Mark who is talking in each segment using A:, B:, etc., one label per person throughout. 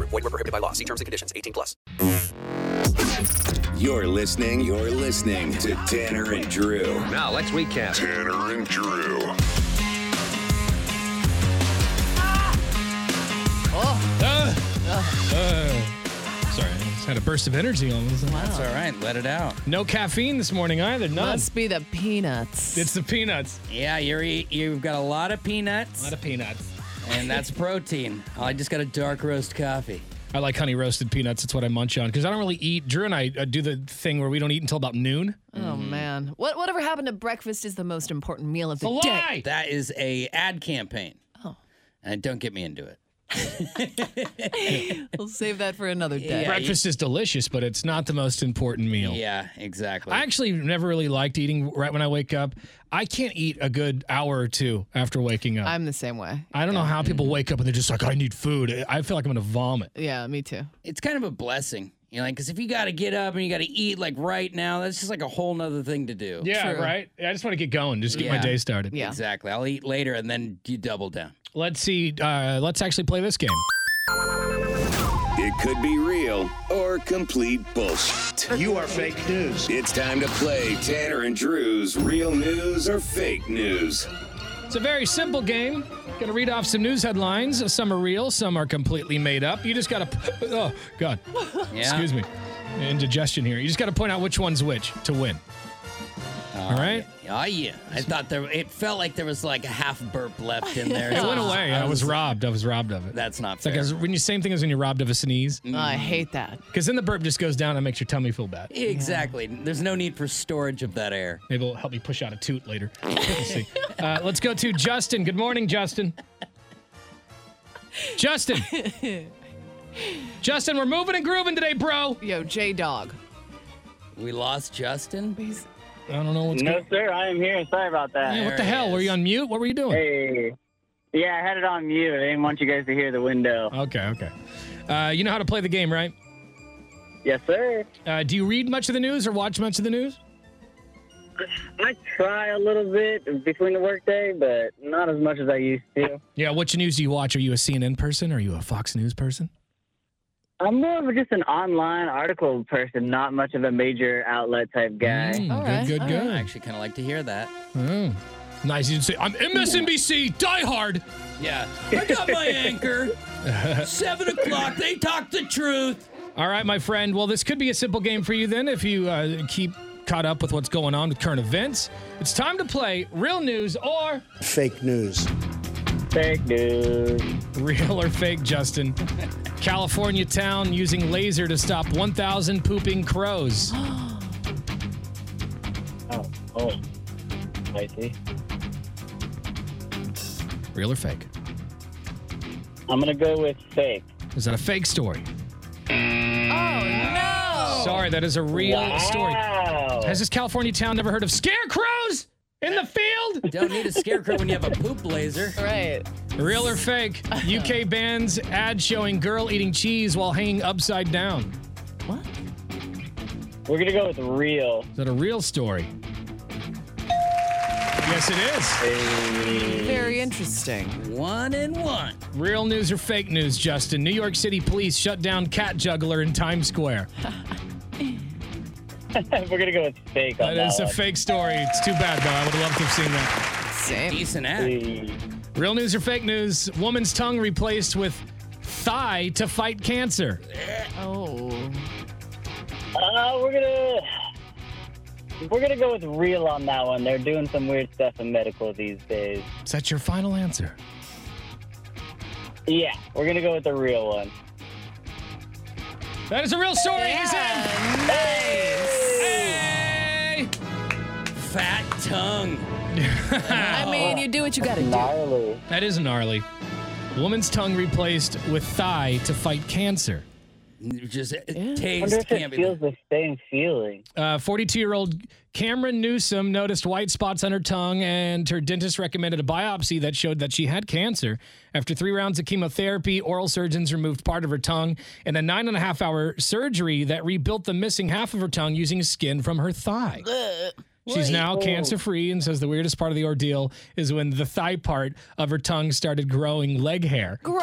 A: Void were prohibited by law. See terms and conditions. 18 plus.
B: You're listening, you're listening to Tanner and Drew.
C: Now let's recap.
B: Tanner and Drew.
D: Sorry, I just had a burst of energy almost.
E: That's all right. Let it out.
D: No caffeine this morning either. None.
F: Must be the peanuts.
D: It's the peanuts.
E: Yeah, you're e- you've got a lot of peanuts,
D: A lot of peanuts.
E: and that's protein. Oh, I just got a dark roast coffee.
D: I like honey roasted peanuts. It's what I munch on because I don't really eat. Drew and I uh, do the thing where we don't eat until about noon.
F: oh man, what whatever happened to breakfast is the most important meal of the
D: It's a
F: day.
D: lie.
E: That is a ad campaign. Oh, and don't get me into it.
F: We'll save that for another day.
D: Breakfast is delicious, but it's not the most important meal.
E: Yeah, exactly.
D: Oh. I actually never really liked eating right when I wake up. I can't eat a good hour or two after waking up.
F: I'm the same way.
D: I don't know how people wake up and they're just like, I need food. I feel like I'm going to vomit.
F: Yeah, me too.
D: Mm-hmm.
E: it's kind of a blessing, you know, like because if you got to get up and you got to eat like right now, that's just like a whole nother thing to do.
D: Yeah,
F: True.
D: right? I just want to get going, just get my
E: Yeah.
D: day started.
F: Yeah.
E: exactly. I'll eat later, and then you double down.
D: Let's see. Uh, let's actually play this game.
B: It could be real or complete bullshit.
G: You are fake news.
B: It's time to play Tanner and Drew's real news or fake news.
D: It's a very simple game. Going to read off some news headlines. Some are real, some are completely made up. You just got to. Oh, God.
E: Yeah.
D: Excuse me. Indigestion here. You just got to point out which one's which to win. All right?
E: Oh yeah. I thought there. It felt like there was like a half burp left in there.
D: It went away. I Ah, was robbed. I was robbed of it.
E: That's not
D: it's like
E: fair.
D: as, when you same thing as when you're robbed of a sneeze,
F: Oh, I hate that.
D: because then the burp just goes down and makes your tummy feel bad.
E: Exactly. There's no need for storage of that air.
D: Maybe it'll help me push out a toot later. Let's see. Uh, let's go to Justin. Good morning, Justin. Justin. Justin, we're moving and grooving today, bro.
F: Yo, J Dog.
E: We lost Justin.
F: He's
D: I don't know what's
H: No,
D: going
H: sir. I am here. Sorry about that.
D: on. What the
E: There he
D: hell? Were
E: is.
D: you on mute? What were you doing?
H: Hey. Yeah, I had it on mute. I didn't want you guys to hear the window.
D: Okay, okay. Uh, you know how to play the game, right?
H: Yes, sir.
D: Uh, do you read much of the news or watch much of the news?
H: I try a little bit between the workday, but not as much as I used to.
D: Yeah, which news do you watch? Are you a CNN person? Are you a Fox News person?
H: I'm more of just an online article person, not much of a major outlet type guy.
D: Mm,
F: All right,
D: good, good,
F: all
D: good.
E: I actually kind of like to hear that.
D: Oh, nice. You didn't say, I'm MSNBC, die hard.
E: Yeah. I got my anchor. Seven o'clock. They talk the truth.
D: All right, my friend. Well, this could be a simple game for you then if you uh, keep caught up with what's going on with current events. It's time to play real news or
G: Fake news.
D: Mm.
H: Fake news.
D: real or fake, Justin. California town using laser to stop 1,000 pooping crows.
H: Oh, oh. I see.
D: Real or fake?
H: I'm going to go with fake.
D: Is that a fake story?
F: Oh no.
D: Sorry, that is a real story.
H: Wow.
D: Has this California town never heard of scarecrows in the field?
E: Don't need a scarecrow when you have a poop laser.
F: Right.
D: Real or fake? UK bans ad showing girl eating cheese while hanging upside down.
F: What?
H: We're going to go with real.
D: Is that a real story? Yes, it
F: Very interesting.
E: One and one.
D: is. Real news or fake news, Justin? New York City police shut down cat juggler in Times Square.
H: We're going to go with fake on
D: That is a fake story. It's too bad, though. I would have loved to have seen that.
F: Same.
E: Decent act.
D: Real news or fake news? Woman's tongue replaced with thigh to fight cancer.
F: Oh.
H: Uh, we're gonna we're gonna go with real on that one. They're doing some weird stuff in medical these days.
D: Is that your final answer?
H: Yeah, we're gonna go with the real one.
D: That is a real story. He's in.
F: Yeah,
D: Hey!
E: Fat tongue.
F: I mean, you do what you gotta do.
H: Gnarly.
D: That is gnarly. Woman's tongue replaced with thigh to fight cancer.
E: Just uh,
H: I wonder
E: taste
H: if it
E: can't be.
H: feels the same feeling.
D: 42 year old Uh, Cameron Newsom noticed white spots on her tongue, and her dentist recommended a biopsy that showed that she had cancer. After three rounds of chemotherapy, oral surgeons removed part of her tongue and a nine and a half hour surgery that rebuilt the missing half of her tongue using skin from her thigh. She's now cancer free and says the weirdest part of the ordeal is when the thigh part of her tongue started growing leg hair.
F: Gross.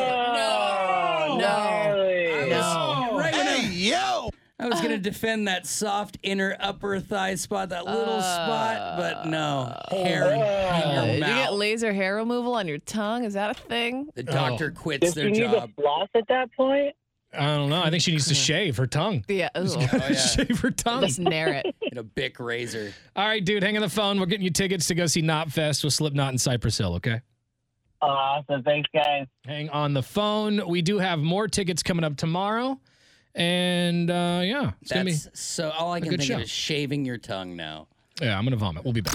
F: No. No.
H: Really?
D: Oh,
E: Right when I-
C: yo!
E: I was gonna defend that soft inner upper thigh spot, that little spot, but no hair
H: Oh.
F: Uh,
E: in
F: did
E: your
F: you get
E: mouth.
F: laser hair removal on your tongue? Is that a thing?
E: the doctor quits
H: Does
E: their
H: she need a
E: job.
H: floss at that point?
D: I don't know. I think she needs to shave her tongue.
F: Yeah. Ooh.
E: Oh yeah,
D: Shave her tongue.
F: Just nair it.
E: get a bic razor.
D: All right, dude, hang on the phone. We're getting you tickets to go see Knot Fest with Slipknot and Cypress Hill, okay?
H: Awesome. Thanks, guys.
D: Hang on the phone. We do have more tickets coming up tomorrow. And uh, yeah, it's gonna be
E: That's so. All I can
D: good
E: think
D: show.
E: of is shaving your tongue now.
D: Yeah, I'm gonna vomit. We'll be back.